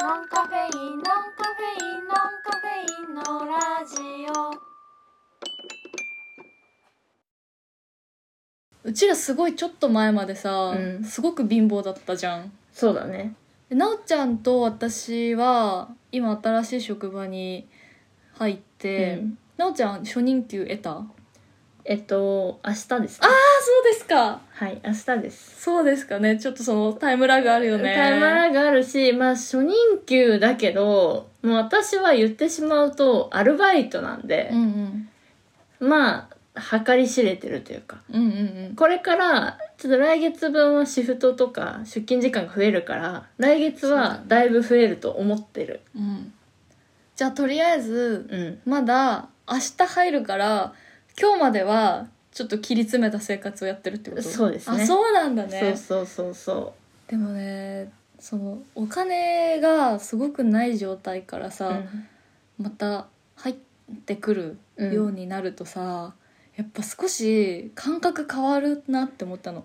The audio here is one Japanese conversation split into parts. ノンカフェインノンカフェインノンカフェインのラジオうちらすごいちょっと前までさ、うんすごく貧乏だったじゃんそうだねでなおちゃんと私は今新しい職場に入って、うんなおちゃん初任給得たあえっと明日ですねそうですかはい明日ですそうですかねちょっとそのタイムラグあるよねタイムラグあるしまあ初任給だけどもう私は言ってしまうとアルバイトなんでう、んうんまあ計り知れてるというかうんうんうんこれからちょっと来月分はシフトとか出勤時間が増えるから来月はだいぶ増えると思ってるうんじゃあとりあえずうんまだ明日入るから今日まではちょっと切り詰めた生活をやってるってことそうですねあそうなんだねそうそうそうそでもねそのお金がすごくない状態からさ、うまた入ってくるうんようになるとさ、やっぱ少し感覚変わるなって思ったの。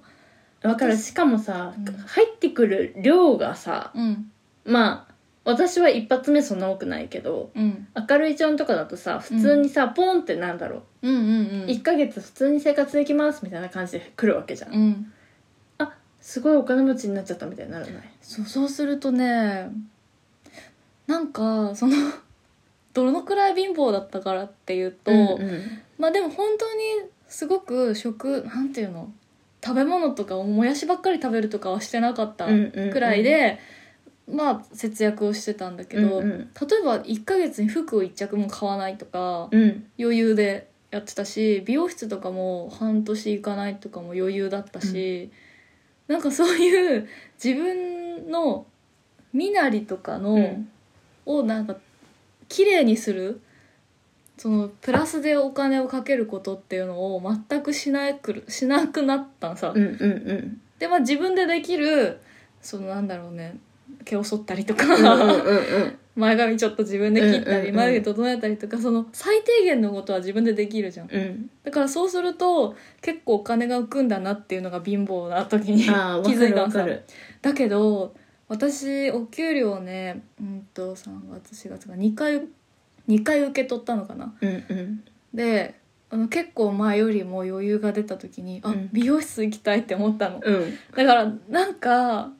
わかるしかもさ、うん入ってくる量がさうんまあ私は一発目そんな多くないけどうん明るいちゃんとかだとさ普通にさ、ポンってなんだろうんうんうう、ん1ヶ月普通に生活できますみたいな感じで来るわけじゃん、うんあすごいお金持ちになっちゃったみたいにならないそうそうするとねなんかその どのくらい貧乏だったからっていうと、うんうんまあでも本当にすごく食なんていうの食べ物とかもやしばっかり食べるとかはしてなかったうんうんうんくらいで、まあ節約をしてたんだけど、うんう例んえば1ヶ月に服を1着も買わないとか、うん余裕でやってたし美容室とかも半年行かないとかも余裕だったし、なんかそういう自分の身なりとかの、うんをなんか綺麗にするそのプラスでお金をかけることっていうのを全くしなくるしなくなったんさ、うんうんでまあ自分でできるそのなんだろうね毛を剃ったりとか、うん前髪ちょっと自分で切ったり、うんうんうん眉毛整えたりとかその最低限のことは自分でできるじゃんうんだからそうすると結構お金が浮くんだなっていうのが貧乏な時に気ああ分かづいるた分んかさるだけど私お給料ねうんと3月4月が2回2回受け取ったのかなうんうんであの結構前よりも余裕が出た時に、うあん美容室行きたいって思ったのうんだからなんか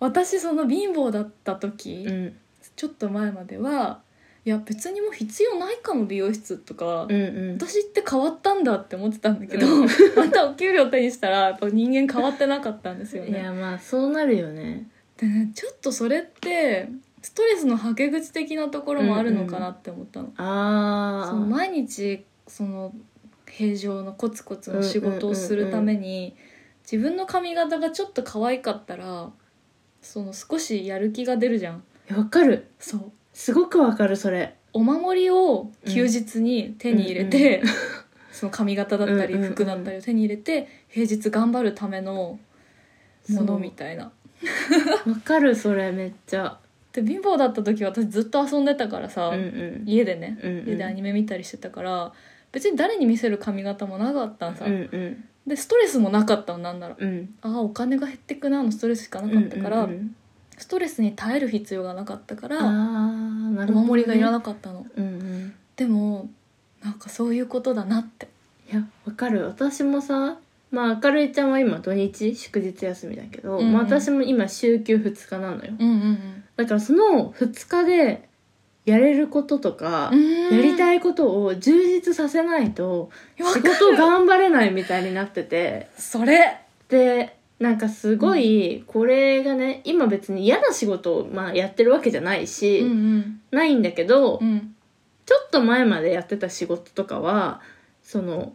私その貧乏だった時、うんちょっと前まではいや別にもう必要ないかも美容室とか、うんうん私って変わったんだって思ってたんだけど、う またお給料手にしたらやっぱ人間変わってなかったんですよいね。やまあそうなるよねでねちょっとそれってストレスのはけ口的なところもあるのかなって思ったの。あその毎日その平常のコツコツの仕事をするために自分の髪型がちょっと可愛かったらその少しやる気が出るじゃん。あわかるそうすごくわかるそれお守りを休日に手に入れて、 その髪型だったりうんうんうん服だったりを手に入れて平日頑張るためのものみたいな。わかるそれめっちゃで貧乏だった時私ずっと遊んでたからさ、うんうん家でねうんうん家でアニメ見たりしてたから別に誰に見せる髪型もなかったんさ、うんうんでストレスもなかったのなんならうんああお金が減ってくなのストレスしかなかったかうら、んうんうんストレスに耐える必要がなかったから、ああなおるほどね守りがいらなかったのうんうんでもなんかそういうことだなっていやわかる私もさまあ明るいちゃんは今土日祝日休みだけど、うんうんまあ、私も今週休2日なのようんうんだからその2日でやれることとか、うんやりたいことを充実させないとわか 仕る事頑張れないみたいになっててそれでなんかすごいこれがね今別に嫌な仕事を、まあ、やってるわけじゃないし、うんないんだけど、うんうんちょっと前までやってた仕事とかはその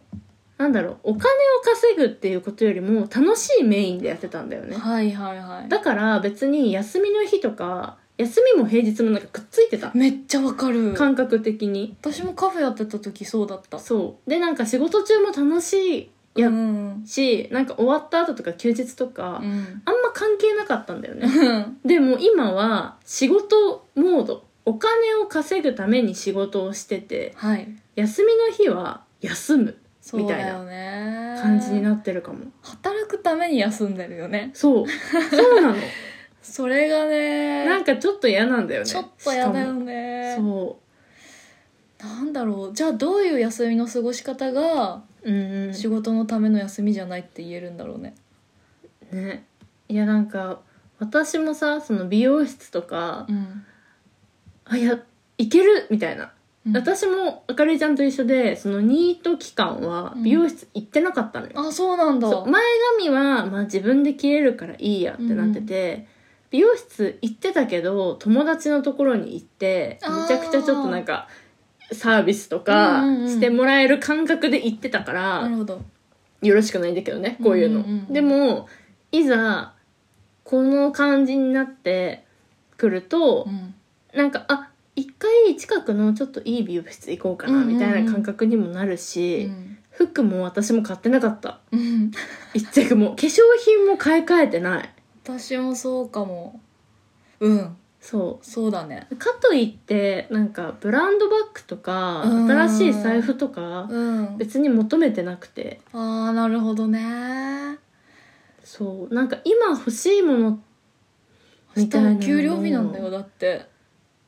なんだろうお金を稼ぐっていうことよりも楽しいメインでやってたんだよねはいはいはいだから別に休みの日とか休みも平日もなんかくっついてためっちゃわかる感覚的に私もカフェやってた時そうだったそうでなんか仕事中も楽しいやうんし、なんか終わった後とか休日とか、うんあんま関係なかったんだよねうんでも今は仕事モードお金を稼ぐために仕事をしててはい休みの日は休むそうだよみね感じになってるかも働くために休んでるよねそうそう なのそれがねなんかちょっと嫌なんだよねちょっとやだよしねかもなんだろうじゃあどういう休みの過ごし方がそううん仕事のための休みじゃないって言えるんだろうねねいやなんか私もさその美容室とか、うん、あいやいけるみたいな、うん私もあかりちゃんと一緒でそのニート期間はうん美容室行ってなかったのよ、あそうなんだそう前髪は、まあ、自分で切れるからいいやってなってて、美容室行ってたけど友達のところに行ってあーめちゃくちゃちょっとなんかサービスとかうんうんうんしてもらえる感覚で行ってたから、なるほどよろしくないんだけどねこういうの、うんうんうんでもいざこの感じになってくるとう、んなんかあ一回近くのちょっといい美容室行こうかうんなうんうんみたいな感覚にもなるうし、ん服も私も買ってなかったうん一着も化粧品も買い替えてない私もそうかもうんそそうだねうかといってなんかブランドバッグとかうん新しい財布とかうん別に求めてなくてああなるほどねそうなんか今欲しいもの明み日たいなはの給料日なんだよだって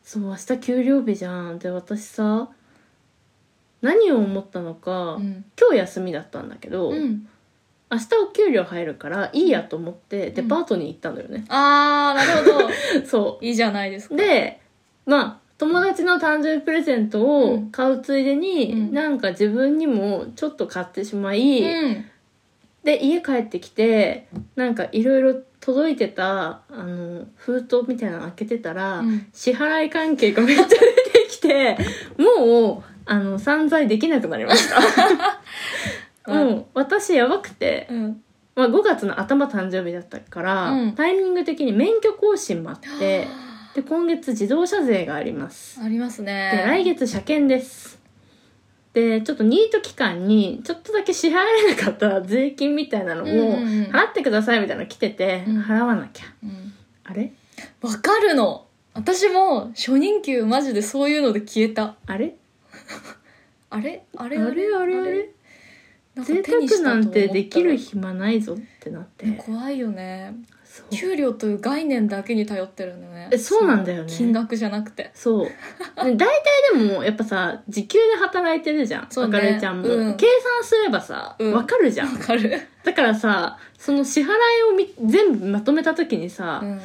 そう明日給料日じゃんで私さ何を思ったのか、うん今日休みだったんだけど、うん明日お給料入るからいいやと思ってデパートに行ったんだよね、 ああなるほどそいいじゃないですかうでまあ友達の誕生日プレゼントを買うついでに、うんなんか自分にもちょっと買ってしまい、うんで家帰ってきてなんかいろいろ届いてたあの封筒みたいなの開けてたら、うん支払い関係がめっちゃ出てきて もうあの散財できなくなりました もう私やばくて、うんまあ、5月の頭誕生日だったから、うんタイミング的に免許更新もあってで今月自動車税がありますありますねで来月車検ですでちょっとニート期間にちょっとだけ支払えなかった税金みたいなのをうんうんうん払ってくださいみたいなの来てて、うん払わなきゃうんあれわかるの私も初任給マジでそういうので消えたあれあれああれれあれあれあれなんか贅手にした沢と思なったらんてできる暇ないぞってなって怖いよねそう給料という概念だけに頼ってるんだよねえそうなんだよね金額じゃなくてそう大体でもやっぱさ時給で働いてるじゃんそうあねかるちゃんも、うん計算すればさうんわかるじゃわんかる、だからさその支払いをみ全部まとめた時にさ、うん、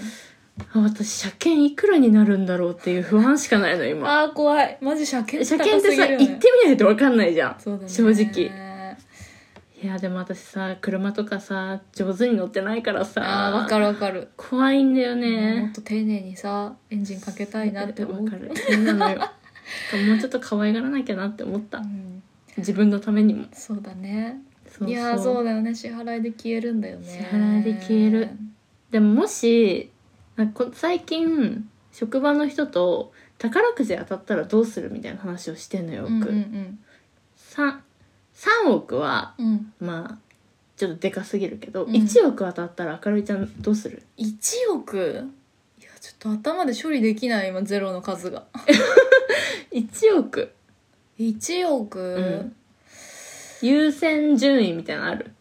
あ私車検いくらになるんだろうっていう不安しかないの今あー怖いマジ車検車検ってさ、高すぎるよね行ってみないと分かんないじゃんそうだね正直いやでも私さ車とかさ上手に乗ってないからあーさわかるわかる、怖いんだよねもっと丁寧にさエンジンかけたいなって思うわかるそうなのよ もうちょっと可愛がらなきゃなって思っうたん、自分のためにもそうだねそうそういやーそうだよね支払いで消えるんだよね支払いで消えるでももしなんかこ最近職場の人と宝くじ当たったらどうするみたいな話をしてんのよようんうんく、三三 3, 億はうんうんまあちょっとでかすぎるけど、うん一1億当たったら明るいちゃんどうする1億いやちょっと頭で処理できない今ゼロの数が1億1億、ん優先順位みたいなのある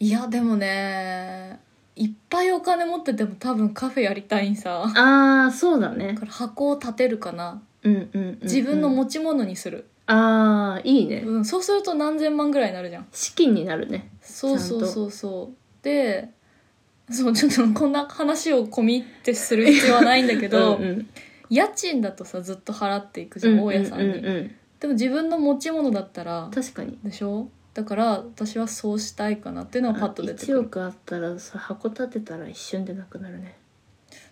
いやでもねいっぱいお金持ってても多分カフェやりたいんさああそうだだねから箱を立てるかなうんうんうんうん、自分の持ち物にする、ああいいね、うんそうすると何千万ぐらいになるじゃん資金になるねそうそうそうそうでそうちょっとこんな話を込み入ってする必要はないんだけけど、ど、うん家賃だとさずっと払っていくじうゃん、ん、大家さんに、ううんでも自分の持ち物だったら確かにでしょだから私はそうしたいかなっていうのはパッと出て1くる億あったらさ箱立てたら一瞬でなくなるね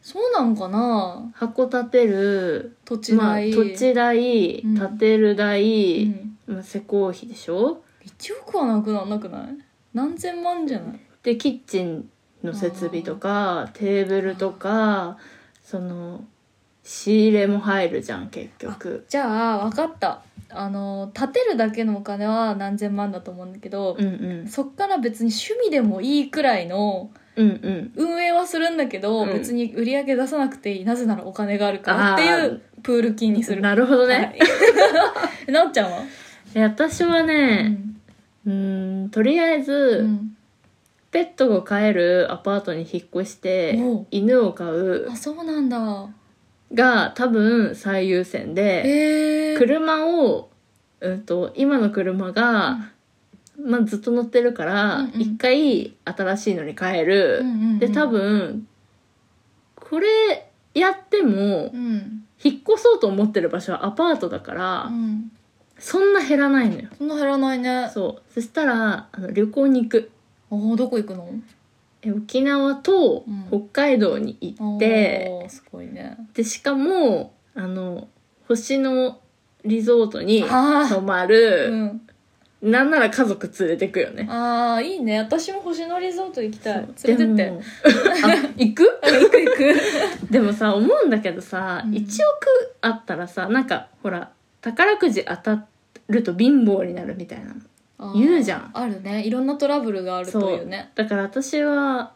そうなんかな箱立てる土地代、まあ、土地代、うん建てる代、うん、まあ、施工費でしょ1億はなくなんなくない何千万じゃないでキッチンの設備とかテーブルとかその仕入れも入るじゃん結局じゃあ分かったあの建てるだけのお金は何千万だと思うんだけどう、んうんそっから別に趣味でもいいくらいのうんうん運営はするんだけど、うん別に売り上げ出さなくていいなぜならお金があるかあーらっていうプール金にするなるほどね、はい なおちゃんはえ私はねうーんとりあえうず、んペットを飼えるアパートに引っ越しておう犬を飼うあそうなんだが多分最優先でえー、車を、うん、と今の車が、まあ、ずっと乗ってるからうんうん一、回新しいのに変える、うんうんうんで多分これやってもうん引っ越そうと思ってる場所はアパートだから、うんそんな減らないのよそんな減らないねそうそしたらあの旅行に行くおーどこ行くのえ沖縄とうん北海道に行って、おーすごいねでしかもあの星のリゾートにあ泊あまうる、ん、なんなら家族連れてくよねあーいいね私も星野リゾート行きたいそう連れてでっても あ行くあ行く行 くでもさ思うんだけどさ、うん1億あったらさなんかほら宝くじ当たると貧乏になるみたいなのあー言うじゃんあるねいろんなトラブルがあるというねだから私は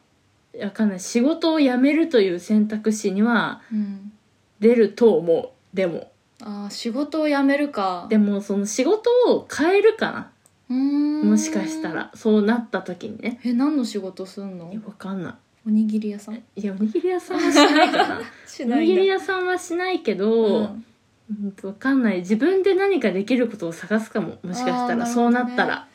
わかんない仕事を辞めるという選択肢にはうん出ると思うでもあー仕事を辞めるかでもその仕事を変えるかなうーんもしかしたらそうなった時にねえ何の仕事すんのいやわかんなおにぎり屋さんいいやおにぎり屋さんはしないかな しおにぎり屋屋さんはしないけさど、うんとわかんない自分で何かできることを探すかももしかしあーたら、なるほどねそうなったら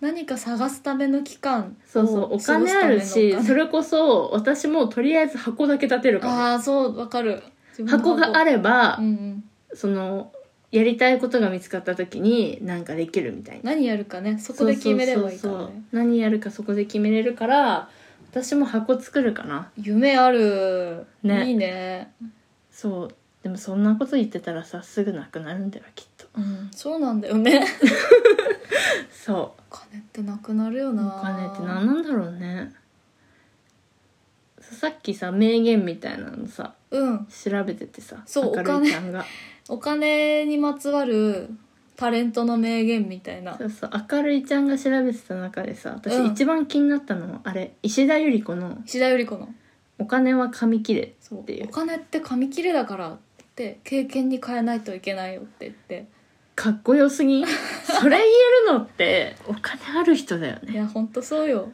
何か探すための期間そうそうお金あるしそれこそ私もとりあえず箱だけ建てるかああーそうわかるも箱があるれば、うんうん、そのやりたいことが見つかった時に何かできるみたいな何やるかねそこで決めればいいからそうそうそうね何やるかそこで決めれるから私も箱作るかな夢ある、ねいいね、そうでもそんなこと言ってたらさすぐなくなるんだよきっとうん、そうなんだよねそお金ってなくなるようおな金って何なんだろうねさっきさ名言みたいなのさうん調べててさそう明るいちゃんがお金にまつわるタレントの名言みたいなそうそう明るいちゃんが調べてた中でさ私うん一番気になったのは、あれ石田ゆり子の石田ゆり子の「お金は紙切れそうっていうお金って紙切れだからって経験に変えないといけないよって言って」かっこよすぎんそれ言えるのってお金ある人だよいねやほんとそうよ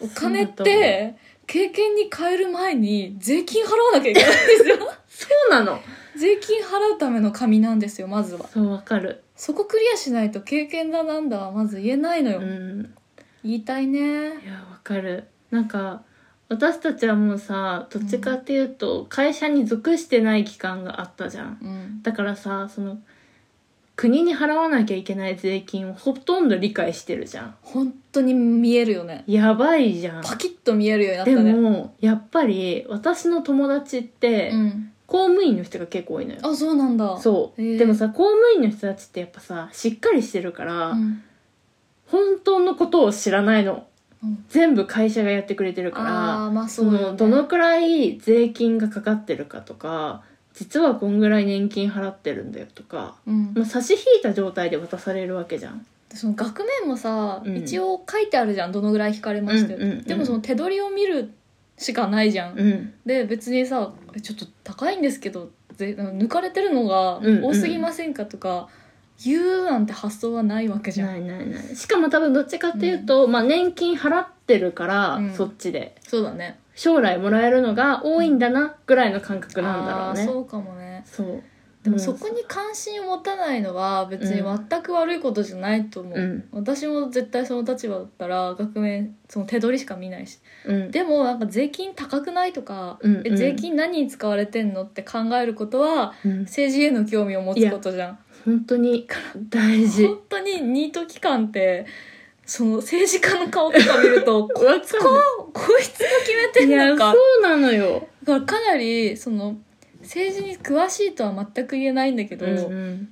お金っそうだと思て経験に変える前に税金払わなきゃいけないんですよ そうなの税金払うための紙なんですよまずはそうわかるそこクリアしないと経験だなんだはまず言えないのよ、うん言いたいいねやわかるなんか私たちはもうさどっちかっていうと会社に属してない期間があったじゃんうんだからさその国に払わなきゃいけない税金をほとんど理解してるじゃん本当に見えるよねやばいじゃんパキッと見えるようになったでねもやっぱり私の友達ってうん、公務員の人が結構多いのよ、あそうなんだう、そう、へえでもさ公務員の人たちってやっぱさしっかりしてるから、ん、本当のことを知らないの、うん全部会社がやってくれてるからあーまあそそうよねのどのくらい税金がかかってるかとか実はこんぐらい年金払ってるんだよとか、うんまあ、差し引いた状態で渡されるわけじゃんその額面もさ、うん一応書いてあるじゃんどのぐらい引かれましたよ、うんうんうんでもその手取りを見るしかないじゃん、うんで別にさ「えちょっと高いんですけどぜ抜かれてるのがうんうん多すぎませんか?」とか言うなんて発想はないわけじゃなんいないないしかも多分どっちかっていうと、まあ、年金払ってるから、うんそっちでそうだね将来もらえるのが多いんだなぐらいの感覚なんだろうあーねそうかもねそうでもそこに関心を持たないのは別に全く悪いことじゃないと思う、うん私も絶対その立場だったら額面その手取りしか見ないしうんでもなんか税金高くないとか、うんうんえ税金何に使われてんのって考えることはうん政治への興味を持つことじゃん本当に大事本当にニート期間ってその政治家の顔とか見 るとこわかるこいつが決めていんやのかそうなのよ、だからかなりその政治に詳しいとは全く言えないんだけど、うん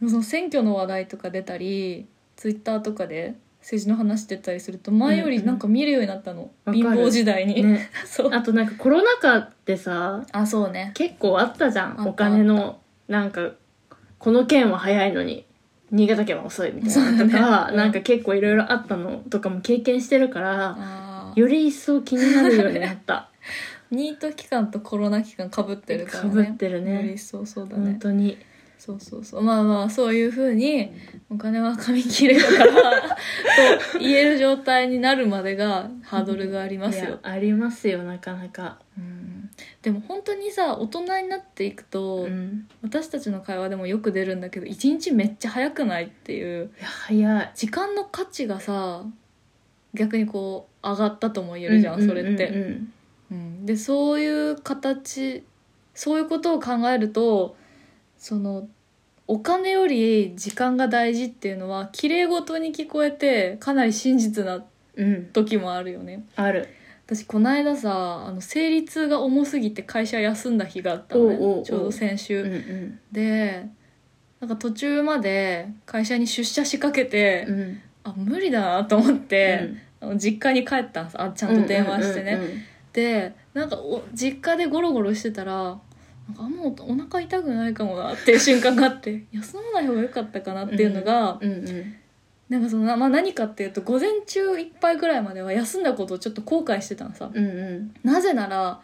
その選挙の話題とか出たりツイッターとかで政治の話出たりすると前よりなんか見るようになったの、うんうん貧わか乏る時代に、ね、 そうあとなんかコロナ禍ってさあそうね結構あったじゃあっんたお金のなんかこの県は早いのに新潟県は遅いみたいなのとそうか、だねなんか結構いろいろあったのとかも経験してるからあーより一層気になるようになった、ニート期間とコロナ期間かぶってるからかぶってるね よりそうそうだ本ね当にそうそうそうまあまあそういうふうにお金は紙切れだから と言える状態になるまでがハードルがありますいよや、ありますよなかなか、うん、でも本当にさ大人になっていくと、うん、私たちの会話でもよく出るんだけど一日めっちゃ早くないっていういや早い時間の価値がさ逆にこう上がったとも言えるじゃん、ううそれって、うんうんうん、でそういう形そういうことを考えるとそのお金より時間が大事っていうのは綺麗事に聞こえてかなり真実なうん、時もあるよねある私この間さあの生理痛が重すぎて会社休んだ日があったのねおうおうおうちょうど先週、うんうんでなんか途中まで会社に出社しかけて、うんあ無理だなと思って、あの実家に帰ったんですあちゃんと電話してね、うんうんうんうんでなんかお実家でゴロゴロしてたらなんかあんまおお腹痛くないかもなっていう瞬間があって 休まない方が良かったかなっていうのが、うんうんなんかそのな、まあ、何かっていうと午前中いっぱいぐらいまでは休んだことをちょっと後悔してたのさ、うんうんなぜなら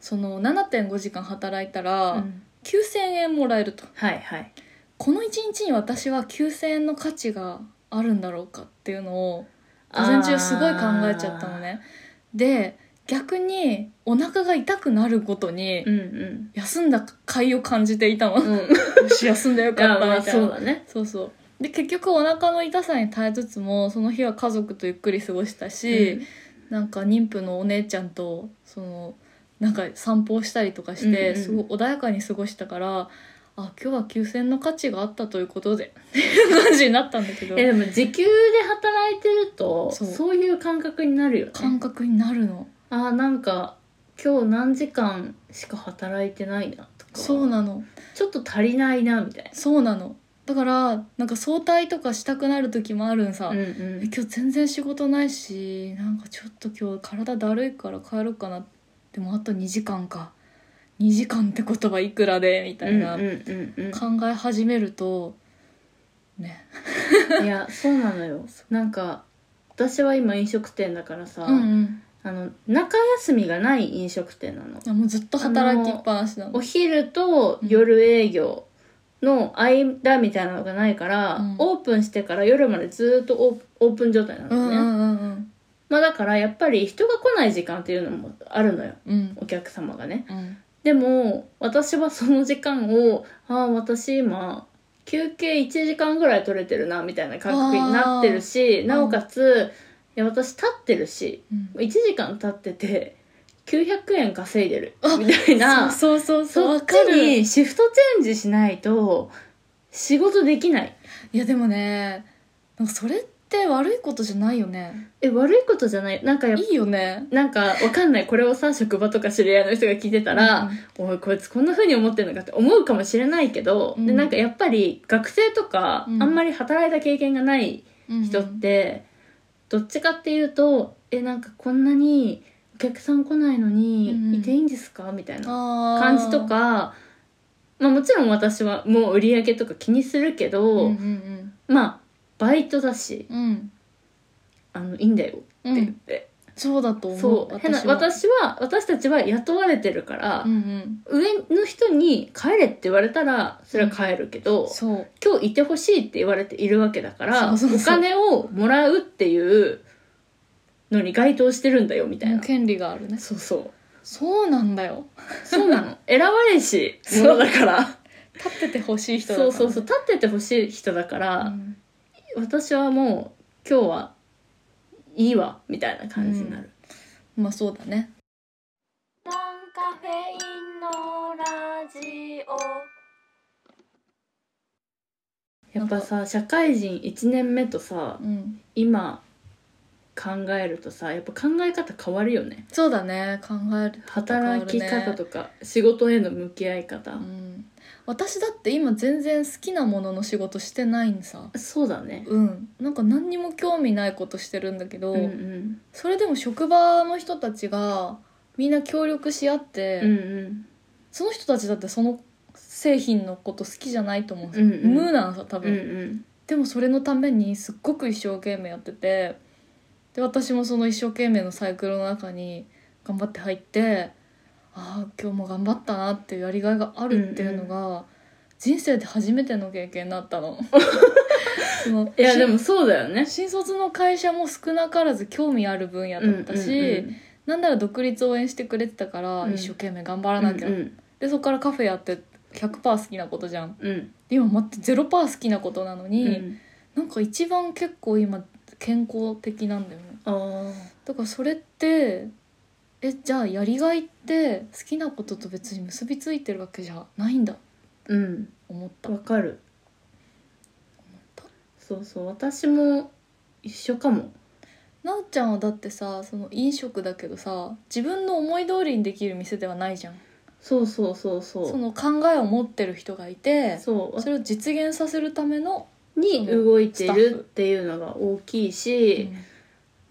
その7.5時間働いたら、うん9,000円もらえるとはいはいこの1日に私は9,000円の価値があるんだろうかっていうのをあ午ー前中すごい考えちゃったのねで逆にお腹が痛くなるごとに、うんうん休んだ甲斐を感じていたのようん、いし休んでよかやったまあみたいな、そうだね、そうそうで結局お腹の痛さに耐えつつもその日は家族とゆっくり過ごしたし、なんか妊婦のお姉ちゃんとそのなんか散歩をしたりとかして、うんうんすごい穏やかに過ごしたからあ今日は休戦の価値があったということでっていう感じになったんだけどえでも時給で働いてるとそそうういう感覚になるよね感覚になるのあーなんか今日何時間しか働いてないなとかそうなのちょっと足りないなみたいそうなのだからなんか早退とかしたくなる時もあるんさ、な、うんうえん、今日全然仕事ないしなんかちょっと今日体だるいから帰ろうかなでもあと2時間か2時間って言葉いくらでみたいなうんうんうんう考え始めるとねん、いやそうなのよなんか私は今飲食店だからさ、うんうんあの中休みがない飲食店なのあもうずっと働きっぱなしなのお昼と夜営業の間みたいなのがないから、うんオープンしてから夜までずっとオーオープン状態なのうね、んうんうんまあだからやっぱり人が来ない時間っていうのもあるのようんお客様がねうんでも私はその時間をああ私今休憩1時間ぐらい取れてるなみたいな感覚になってるしーなおかつ、いや私立ってるしうん1時間経ってて900円稼いでるあみたいなそうそうそそうわっちかるいにシフトチェンジしないと仕事できないやでもねなんかそれって悪いことじゃないよねえ悪いことじゃないなんかやっぱいいよねなんかわかんないこれをさ職場とか知り合いの人が聞いてたら、おいこいつこんな風に思ってるのかって思うかもしれないけど、うんでなんかやっぱり学生とか、うんあんまり働いた経験がない人って、どっちかっていうとえなんかこんなにお客さん来ないのうんにいていいんですかみたいな感感じとか、まあ、もちろん私はもう売り上げとか気にするけど、うんうんまあバイトだしうんうんあのいいんだよってう言っん、て、そうだと思うそう変なも私は私たちは雇われてるから。うんうん上の人に帰れって言われたらそれは帰るけど、そう今日いてほしいって言われているわけだからそうそうそうお金をもらうっていうのに該当してるんだよみたいな権利があるねそうそうそうなんだよそうな の選ばれし者だから立っててほしい人だかそらうそうそう立っててほしい人だかうら、ん私はもう今日はいいわみたいな感じになる、まあそうだねノンカフェインのラジオやっぱさ社会人1年目とさうん今考えるとさやっぱ考え方変わるよねそうだね考える働き変わる方ねとか仕事への向き合い方、うん私だって今全然好きなものの仕事してないんさそうだねうんなんか何にも興味ないことしてるんだけど、うんうんそれでも職場の人たちがみんな協力し合って、うんうんその人たちだってその製品のこと好きじゃないと思うんですうよ、んうん無なのさ多う分、んうんでもそれのためにすっごく一生懸命やっててで私もその一生懸命のサイクルの中に頑張って入ってああ今日も頑張ったなっていうやりがいがあるっていうのが、人生で初めての経験だ ったのそのいやしでもそうだよね新卒の会社も少なからず興味ある分野だったし、なんなら独立応援してくれてたから、うん一生懸命頑張らうんなきゃ、うんうんでそこからカフェやって100%好きなことじゃんうんで今待って0%好きなことなのうに、んなんか一番結構今健康的なんだよねあーだからそれってえじゃあやりがいって好きなことと別に結びついてるわけじゃないんだうん思ったわかるたそうそう私も一緒かもなおちゃんはだってさその飲食だけどさ自分の思い通りにできる店ではないじゃんそうそうそうそうその考えを持ってる人がいてそうそれを実現させるための、に動いてるっていうのが大きいし、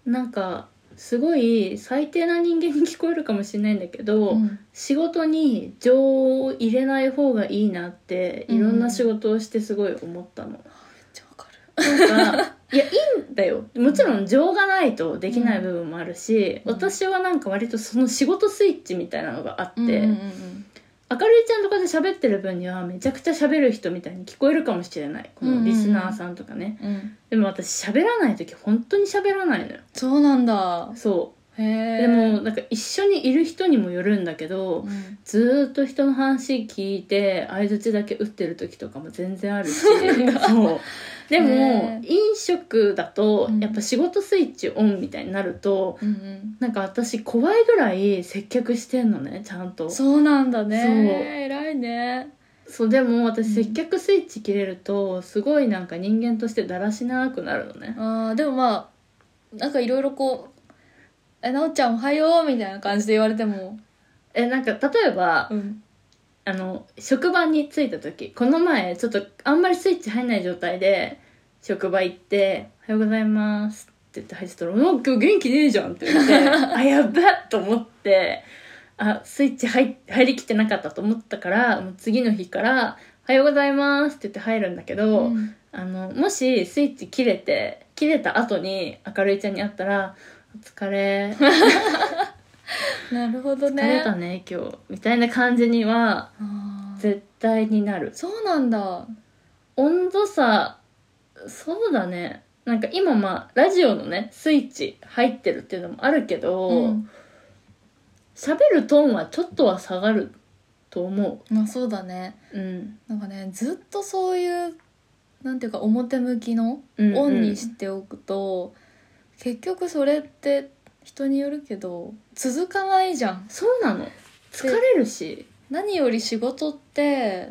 なんかすごい最低な人間に聞こえるかもしれないんだけど、うん仕事に情を入れない方がいいなっていろんな仕事をしてすごい思ったの。めっちゃわかるなんかいやいいんだよもちろん情がないとできない部分もあるし、うん私はなんか割とその仕事スイッチみたいなのがあって、うんうんうん明るいちゃんとかで喋ってる分にはめちゃくちゃ喋る人みたいに聞こえるかもしれないこのリスナーさんとかね、うんうん、でも私喋らない時本当に喋らないのよそうなんだそへうえでも、なんか一緒にいる人にもよるんだけどうんずーっと人の話聞いて相づちだけ打ってる時とかも全然ある しそうでもへー飲食だとうんやっぱ仕事スイッチオンみたいになると、うんうん、なんか私怖いぐらい接客してんのねちゃんとそうなんだそうね偉いねそうでも私うん接客スイッチ切れるとすごいなんか人間としてだらしなくなるのねあーでもまあなんかいろいろこう「えなおちゃんおはよう」みたいな感じで言われてもえなんか例えば、うんあの職場に着いた時この前ちょっとあんまりスイッチ入んない状態で職場行って「おはようございます」って言って入ってたら「なんか今日元気ねえじゃん」って言 って「あやばっ!」と思ってあスイッチ入入りきってなかったと思ったからもう次の日から「おはようございます」って言って入るんだけど、うんあのもしスイッチ切れて切れた後に明るいちゃんに会ったら「お疲 れ」なるほど「疲れねたね今日」みたいな感じにはあー絶対になる。そうなんだ温度差そうだねなんか今まあラジオのねスイッチ入ってるっていうのもあるけどん喋、るトーンはちょっとは下がると思まあそうだねう、うん、なんかねずっとそういうなんていうか表向きのうんうんオンにしておくと、結局それって人によるけど続かないじゃんそうなの疲れるし何より仕事って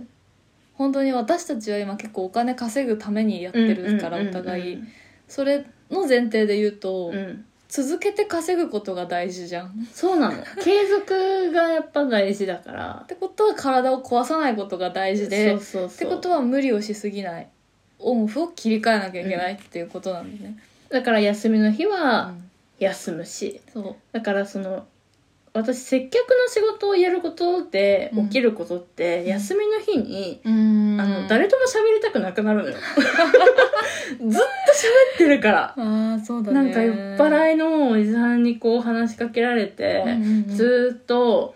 本当に私たちは今結構お金稼ぐためにやってるからうんおうんうんうん互いそれの前提で言うと、うん続けて稼ぐことが大事じゃん。っそうなの継続がやっぱ大事だからてことは体を壊さないことが大事でそうそうそうってことは無理をしすぎないオンオフを切り替えなきゃいけないっていうことなんだね。だから休みの日うはん休むし、そうだからその私接客の仕事をやることで起きることって、ん休みの日にああの、誰とも喋りたくなくな るのよ。ずっと喋ってるから。ああそうだなねんか酔っ払いのおじさんにこう話しかけられて、ずーっと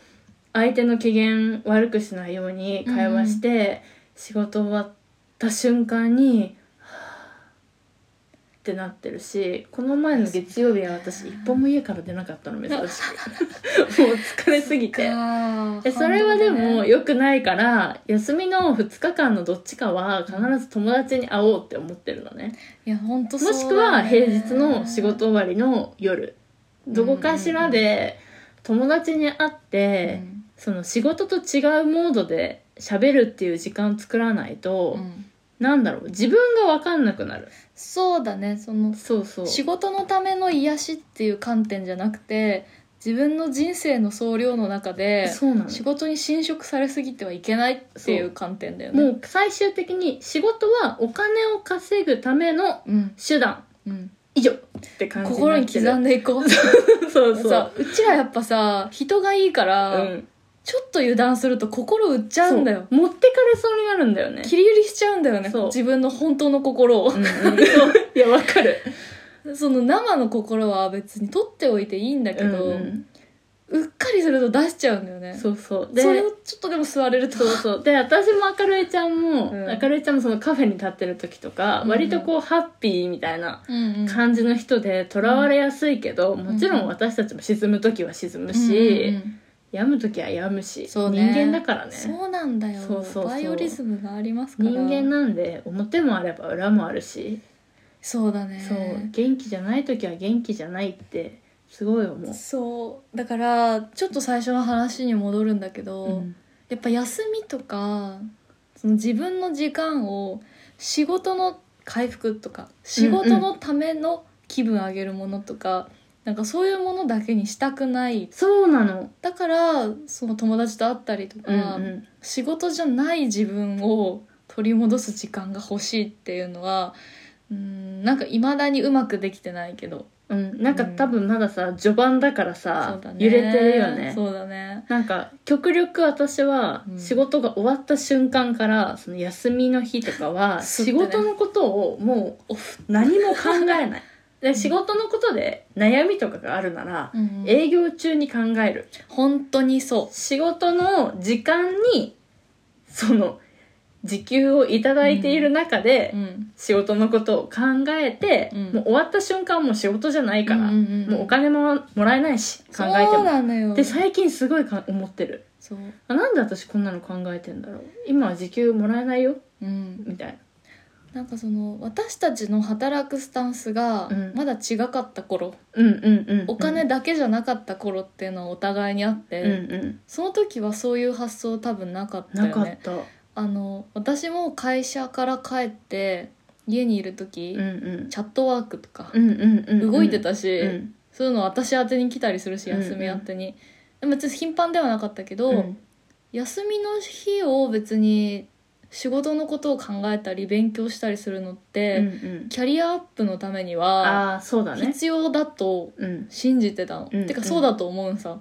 相手の機嫌悪くしないように会話して、仕事終わった瞬間に、はぁってなってるし、この前の月曜日は私一歩も家から出なかったの、珍しく。 もう疲れすぎて。えてそれはでも良くないから休みの2日間のどっちかは必ず友達に会おうって思ってるのねいや本当もしくは平日の仕事終わりの夜どこかしらで友達に会って、その仕事と違うモードで喋るっていう時間を作らないと、なんだろう自分が分かんなくなるそうだねそのそうそう仕事のための癒しっていう観点じゃなくて自分の人生の総量の中でそうなの仕事に侵食されすぎてはいけないっていう観点だよねもう最終的に仕事はお金を稼ぐためのうん、手段うん、以上って感じにな心っにて刻るんでいこう そうそう。さうちらやっぱさ人がいいから、うんちょっと油断すると心打っちゃうんだよそう持ってかれそうになるんだよね。切り売りしちゃうんだよねそう自分の本当の心をうんう んいや、わかる。その生の心は別に取っておいていいんだけど、うんうっかりすると出しちゃうんだよねそうそうででそれをちょっとでも吸われるとそうそうで私も明るいちゃんも、うん明るいちゃんもそのカフェに立ってる時とか、うん割とこうハッピーみたいなうんうん感じの人でとらわれやすいけど、んもちろん私たちも沈む時は沈むし、うんうんうん病む時は病むし、そう人ね間だからねそうなんだよそうそうそうバイオリズムがありますから人間なんで表もあれば裏もあるし、そうだねそう元気じゃない時は元気じゃないってすごい思う。そうだからちょっと最初の話に戻るんだけど、うんやっぱ休みとかその自分の時間を仕事の回復とか仕事のための気分上げるものとか、なんかそういうものだけにしたくないそうなの、だからその友達と会ったりとか、うんうん仕事じゃない自分を取り戻す時間が欲しいっていうのはうんなんかいまだにうまくできてないけどうん、なんかうん多分まださ序盤だからそさう、だね揺れてるよねそうだねなんか極力私はうん仕事が終わった瞬間から、その休みの日とかは すって仕ね事のことをもうオフ、何も考えない で仕事のことで悩みとかがあるなら、え営業中に考える本当にそ仕事の時間にその時給をいただいている中で、う、うん、仕事のことを考えて、うんもう終わった瞬間はもう仕事じゃないから、うんうんうんもうお金ももらえないし考えてそうもなのよで最近すごいか思ってるそう、あなんで私こんなの考えてんだろう今は時給もらえないようん、みたいなんかその私たちの働くスタンスがうんまだ違かった頃、なうんうんうん、お金だけじゃなかった頃っていうのはお互いにあって、うんうんその時はそういう発想多分なかったよなねかった、あの私も会社から帰って家にいる時、うんうんチャットワークとかうんうんうんうん動いてたし、うんそういうの私宛てに来たりするしうんうん休み宛てに、でも別に頻繁ではなかったけど、うん休みの日を別に仕事のことを考えたり勉強したりするのっうて、んうんキャリアアップのためにはああそうだね必要だとうん信じてたの、うんてかうんそうだと思うんさ、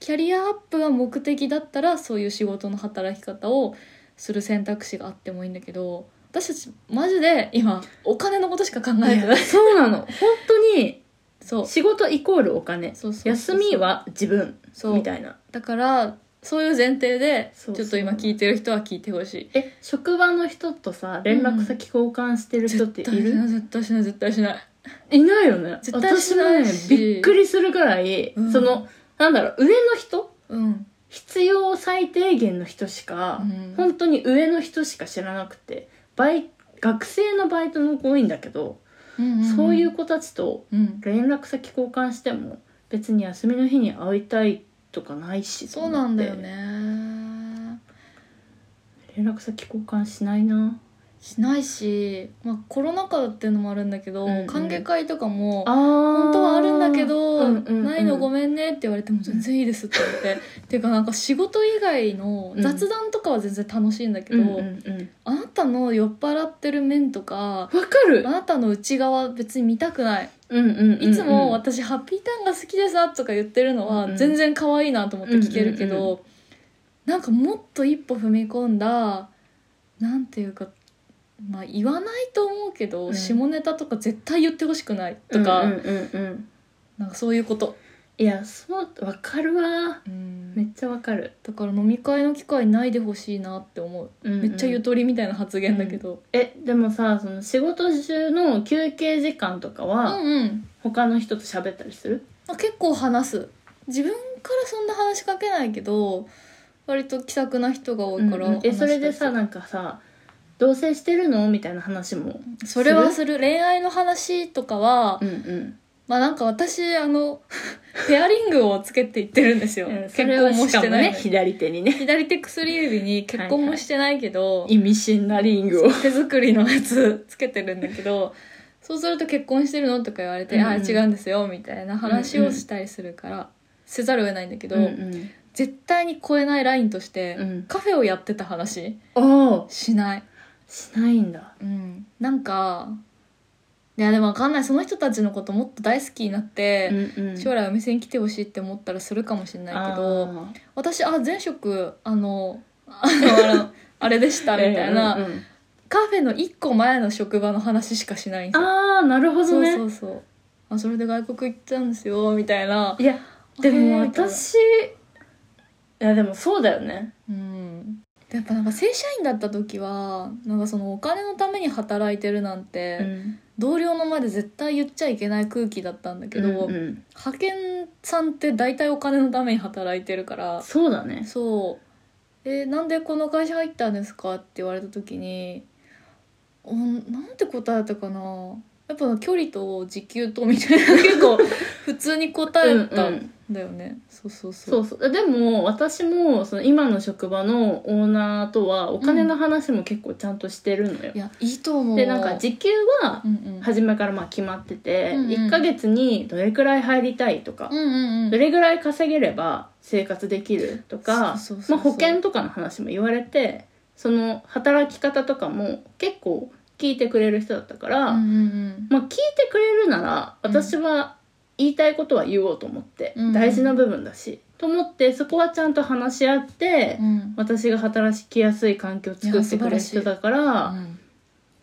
キャリアアップが目的だったらそういう仕事の働き方をする選択肢があってもいいんだけど私たちマジで今お金のことしか考えてないそうなの本当にそう仕事イコールお金そうそうそう休そうみは自分そうみたいなだからそういう前提でそうちそうょっと今聞いてる人は聞いてほしいえ職場の人とさ連絡先交換してる人ってい絶対しる、ない絶対しない絶対しないいないよね絶対しないし私もねびっくりするぐらい、うんそのなんだろう上の人うん必要最低限の人しか、うん本当に上の人しか知らなくてバイ学生のバイトの子多いんだけど、そういう子たちとうん連絡先交換しても別に休みの日に会いたいとかないしそうなんだよね連絡先交換しないなしないし、まあ、コロナ禍っていうのもあるんだけど、うんうん歓迎会とかもあ本本当はあるんだけど、ないのごんめんねって言われても全然いいですって言って、 っていうかなんか仕事以外の雑談とかは全然楽しいんだけうど、んうんうんあなたの酔っ払ってる面とかわかあるなたの内側別に見たくない、うんうんうんうんいつも私ハッピーターンが好きでさとか言ってるのうはん全然可愛いなと思って聞けるけど、うんうんなんかもっと一歩踏み込んだなんていうかまあ言わないと思うけど、うん下ネタとか絶対言ってほしくないとか、うんうんうんうんなんかそういうこと。いやそうわかるわめっちゃわかる、だから飲み会の機会ないでほしいなって思う、うんうんめっちゃゆとりみたいな発言だけど、えでもさその仕事中の休憩時間とかうん、は、うん他の人と喋ったりするあ結構話す自分からそんな話しかけないけど割と気さくな人が多いからうんうんえ話しそたりれでさするなんかさ「同棲してるの?」みたいな話もそれはする恋愛の話とかは、うんうんまあなんか私あの ペアリングをつけていってるんですよ、うんそ結れは婚もししかてもないのねに左手にね左手薬指に結婚もしてないけど、意味深なリングを手作りのやつつけてるんだけ どそうすると「結婚してるの?」とか言われて「うんうんああ違うんですよ」みたいな話をしたりするから、せざるを得ないんだけど、うん絶対に超えないラインとして、うんカフェをやってた話うん、おーしない、しないんだうん、なんかいやでも分かんないその人たちのこともっと大好きになって、将来来お店に来てほしいって思ったらするかもしれないけどあ私あ前職あ のあのあのあれでしたみーたいな、うんうんうんカフェの1個前の職場の話しかしないんですよあーなるほどねそうそうそうあそれで外国行ったんですよみたいないやでも早いから私いやでもそうだよねうんやっぱなんか正社員だった時はなんかそのお金のために働いてるなんて、うん同僚の前で絶対言っちゃいけない空気だったんだけど、うんうん派遣さんって大体お金のために働いてるからそうだねそう「えーなんでこの会社入ったんですか?」って言われた時におんなんて答えたかなやっぱ距離と時給とみたいな 結構普通に答えたうんうんんだよね、そうそうそそううそうでも私もその今の職場のオーナーとはお金の話も結構ちゃんとしてるのよい、やいいと思うでなんか時給はうんうん初めからまあ決まってて、うんうん1ヶ月にどれくらい入りたいとか、うんうんうどんれぐらい稼げれば生活できるとかそうそうそうそまうあ保険とかの話も言われてその働き方とかも結構聞いてくれる人だったから、うんうんまあ聞いてくれるならうん私は言いたいことは言おうと思って、うん大事な部分だしと思ってそこはちゃんと話し合って、うんうん私が働きやすい環境を作ってくれる人だからうん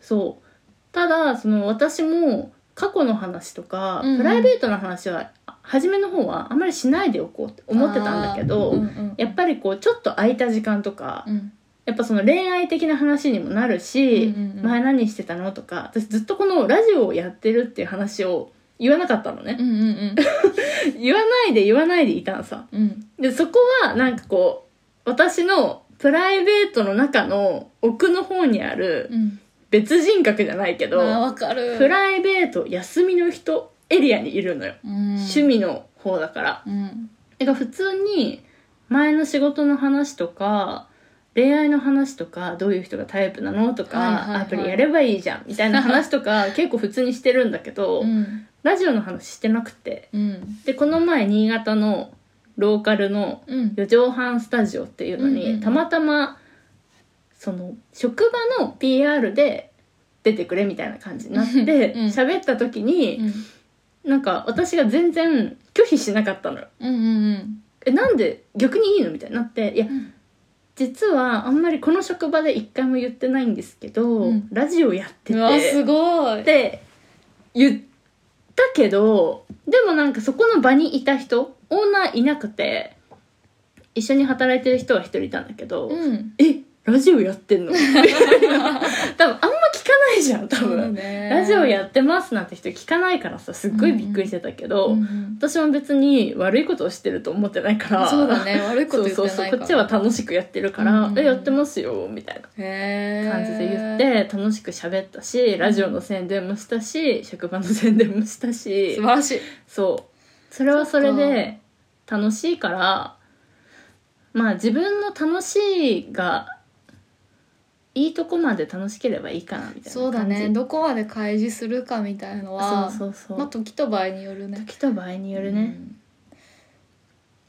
そうただその私も過去の話とか、うんうんプライベートな話は初めの方はあんまりしないでおこうって思ってたんだけど、うんうんやっぱりこうちょっと空いた時間とか、うんやっぱその恋愛的な話にもなるし、うんうんうん前何してたのとか私ずっとこのラジオをやってるっていう話を言わなかったのねう、んうんうん言わないで言わないでいたんさうんでそこはなんかこう私のプライベートの中の奥の方にあるうん別人格じゃ ないけど、まあわかるプライベート休みの人エリアにいるのよ、趣趣味の方だからうんだから普通に前の仕事の話とか恋愛の話とかどういう人がタイプなのとか、はいはいはいアプリやればいいじゃんみたいな話と か結構普通にしてるんだけど、うんラジオの話してなくてうんでこの前新潟のローカルのうん四畳半スタジオっていうのに、うんうんうんたまたまその職場の PR で出てくれみたいな感じになってうんうん喋、った時に、なんか私が全然拒否しなかったのようんうんえなんで逆にいいのみたいになっていや、ん実はあんまりこの職場で一回も言ってないんですけど、うんラジオやっててうんうわすごいって言ったけどでもなんかそこの場にいた人オーナーいなくて一緒に働いてる人は一人いたんだけど、うんえラジオやって んの多分あんま聞かないじゃん多そうだ分、ねラジオやってますなんて人聞かないからさすっごいびっくりしてたけど、うんうん私も別に悪いことをしてると思ってないからそうだね悪いそことう言ってそうないそうからこっちは楽しくやってるから、うんえやってますよみたいなへー感じで言って楽しく喋ったしラジオの宣伝もしたし職場の宣伝もしたし素晴らしいそうそれはそれで楽しいからまあ自分の楽しいがいいとこまで楽しければいいかなみたいな感じそうだねどこまで開示するかみたいのはそうそうそう、まあ時と場合によるね時と場合によるねう、ん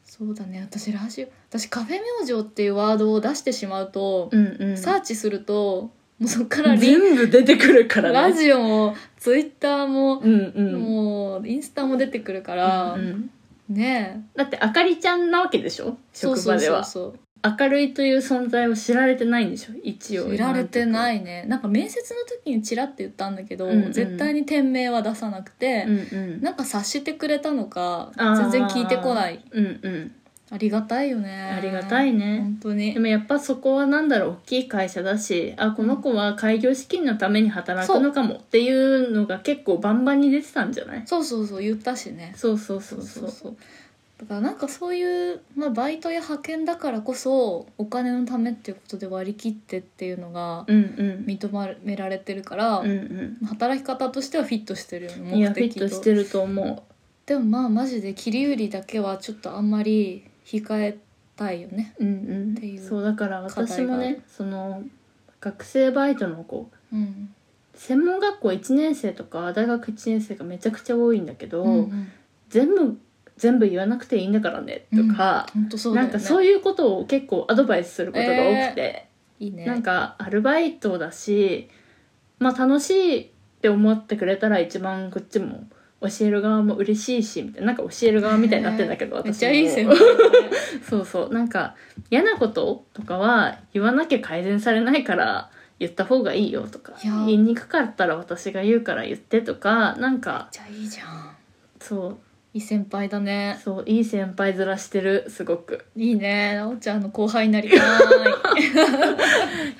そうだね私ラジオ私カフェ明星っていうワードを出してしまうとうん、うんサーチするともうそっからリン全部出てくるからねラジオもツイッターもうんうんもうインスタも出てくるから、うんねえだってあかりちゃんなわけでしょ職場ではそうそうそう明るいという存在を知られてないんでしょ一そう応知られてい、ないねなんか面接の時にチラって言ったんだけど、うんうん絶対に店名は出さなくてう、んうん、なんか察してくれたのかあー全然聞いてこないうんうんありがたいよねありがたいね本当でにもやっぱそこはなんだろう大きい会社だしあこの子は開業資金のために働くのかもっていうのが結構バンバンに出てたんじゃないそうそうそう言ったしねそうそうそうそうそうだからなんかそういう、まあ、バイトや派遣だからこそお金のためっていうことで割り切ってっていうのがうんうん認められてるから、うん働き方としてはフィットしてるようんいねや目フィ的ットしとてると思でもまあマジで切り売りだけはちょっとあんまり控えたいよねううんってういんうそうだから私も課題ねその学生バイトの子うん専門学校1年生とか大学1年生がめちゃくちゃ多いんだけど、うんうん全部全部言わなくていいんだからねとか、ほんとそうなだよんねかそういうことを結構アドバイスすることが多くて、いいねなんかアルバイトだしまあ楽しいって思ってくれたら一番こっちも教える側も嬉しいしみたいななんか教える側みたいになってんだけど、 めっ私ちゃいいせ先輩だねそうそうなんか嫌なこととかは言わなきゃ改善されないから言った方がいいよとかいやー言いにくかったら私が言うから言ってとかなんかじゃあいいじゃんそういい先輩だねそういい先輩面してるすごくいいねなおちゃんの後輩になり たい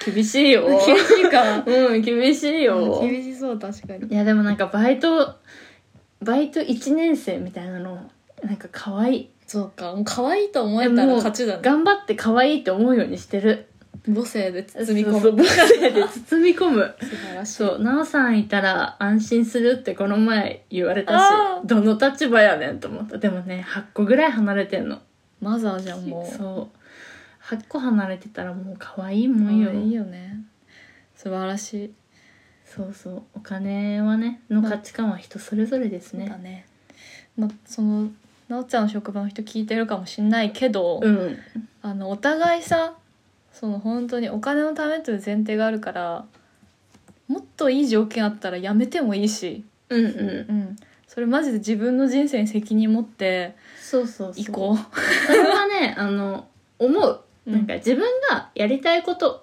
厳しいよ 厳しいかうん厳しいよ厳しそう確かにいやでもなんかバイトバイト1年生みたいなのなんか可愛いそうかもう可愛いと思えたら勝ちだね頑張って可愛いって思うようにしてる母性で包み込そむうそう母性で包み込む 素晴らしいそう奈緒さんいたら安心するってこの前言われたしあーどの立場やねんと思ったでもね8個ぐらい離れてんのマザーじゃんもうそう8個離れてたらもう可愛いもんよ、うんいいよね素晴らしいそうそうお金はねの価値観は人それぞれですだねねまあそのなおちゃんの職場の人聞いてるかもしんないけど、うんあのお互いさその本当にお金のためという前提があるからもっといい条件あったらやめてもいいし、うんうんうん、それマジで自分の人生に責任持ってそうそうそういこそれはね あの思ううなんか自分がやりたいこと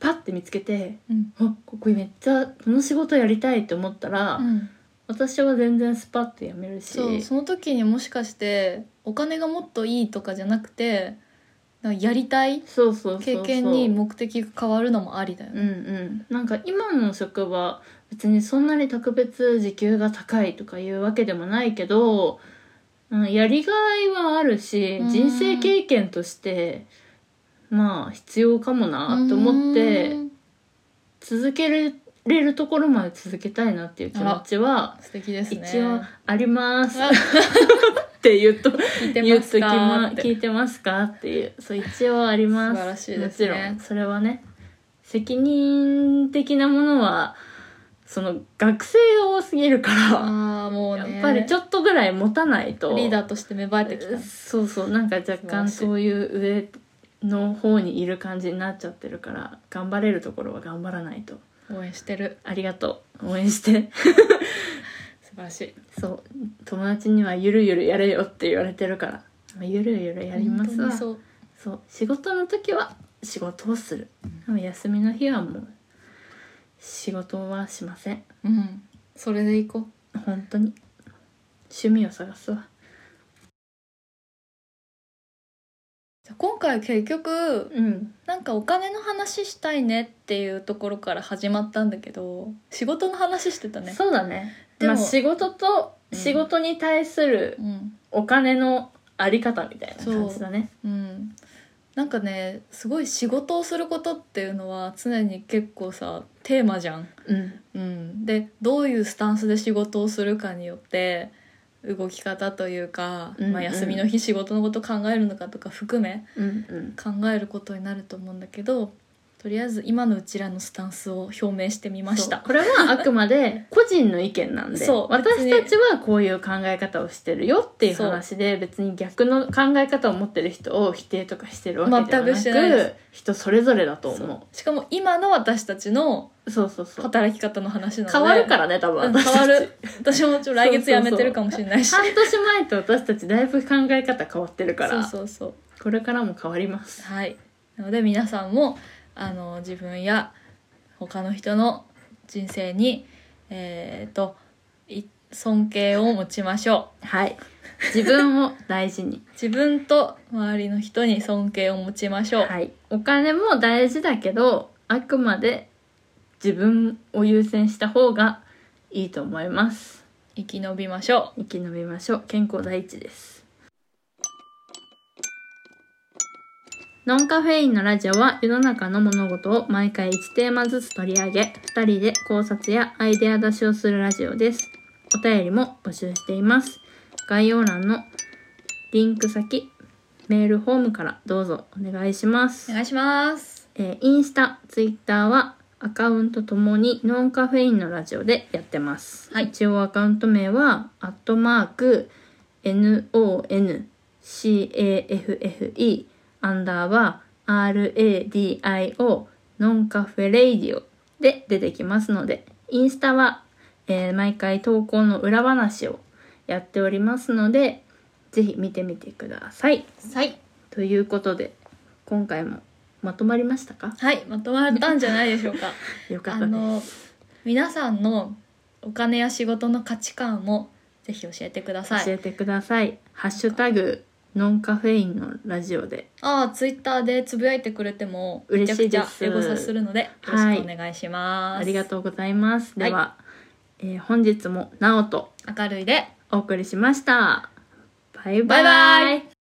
パッて見つけてうんあここめっちゃこの仕事やりたいって思ったら、うん私は全然スパッとやめるしそうその時にもしかしてお金がもっといいとかじゃなくてなんかやりたいそうそうそうそう経験に目的が変わるのもありだようんね。うんなんか今の職場別にそんなに特別時給が高いとかいうわけでもないけど、うん、やりがいはあるしうん人生経験としてまあ必要かもなと思ってうん続けれるところまで続けたいなっていう気持ちは素敵ですね。一応ありますあって言うと聞いて言まっとすきかまって聞いてますかっていうそう一応あります素晴らしいですねもちろんそれはね責任的なものはその学生が多すぎるかああもうら、ね。やっぱりちょっょっとぐらい持たないとリーダーとして芽生えてきた。そうそうなんか若素晴ら干しいそういう上の方にいる感じになっちゃってるから頑張れるところは頑張らないと応援してる。ありがとう応援 して素晴らしい。そう 友達にはゆるゆるやれよって言われてるからゆるゆるやります本当わにそう。そう仕事の時は仕事をするでも休みの日はもう仕事はしませんうん。それでいこう。本当に趣味を探すわじゃあ今回は結局うんなんかお金の話したいねっていうところから始まったんだけど仕事の話してたね。そうだねでもまあ、仕事とうん仕事に対するうんお金のあり方みたいな感じだねうん。なんかねすごい仕事をすることっていうのは常に結構さテーマじゃん。うんうん、でどういうスタンスで仕事をするかによって動き方というか、うんうんまあ、休みの日仕事のこと考えるのかとか含めうんうん考えることになると思うんだけどとりあえず今のうちらのスタンスを表明してみましそうた。これはあくまで個人の意見なんでそう私別にたちはこういう考え方をしてるよっていうそう話で別に逆の考え方を持ってる人を否定とかしてるわけでは全なくしくてないで人それぞれだと思そうしかも今の私たちのうそうそうそう働き方の話なので変わるからね多分うん変わ私たちる私もちょっと来月辞めてるかもしれないし半年前と私たちだいぶ考え方変わってるからそうそうそうこれからも変わりますはい、なので皆さんもあの自分や他の人の人生に、えー、とい尊敬を持ちましょはい自分を大事にう自分と周りの人に尊敬を持ちましょう、はいお金も大事だけどあくまで自分を優先した方がいいと思います生き延びましょう生き延びましょう健康第一ですノンカフェインのラジオは世の中の物事を毎回1テーマずつ取り上げ2人で考察やアイデア出しをするラジオですお便りも募集しています概要欄のリンク先メールフォームからどうぞお願いしますお願いしますえーインスタ、ツイッターはアカウントともにノンカフェインのラジオでやってます。はい一応アカウント名は、アットマーク、noncaffe、アンダーバー、radio、ノンカフェレイディオで出てきますので、インスタは、えー毎回投稿の裏話をやっておりますので、ぜひ見てみてください。はい、ということで、今回もまとまりましたかはい、まとまったんじゃないでしょうか よかっあたね。の皆さんのお金や仕事の価値観もぜひ教えてくださ教いえてください「ハッシュタグノンカフェインのラジオでああツイッターでつぶやいてくれてもめ嬉ちゃしくいちでゃすエゴサするのでよろはしいくお願いします、ありがうとうございますでは、えー本日もなおと明るいでお送りしましたバイバイバイバイ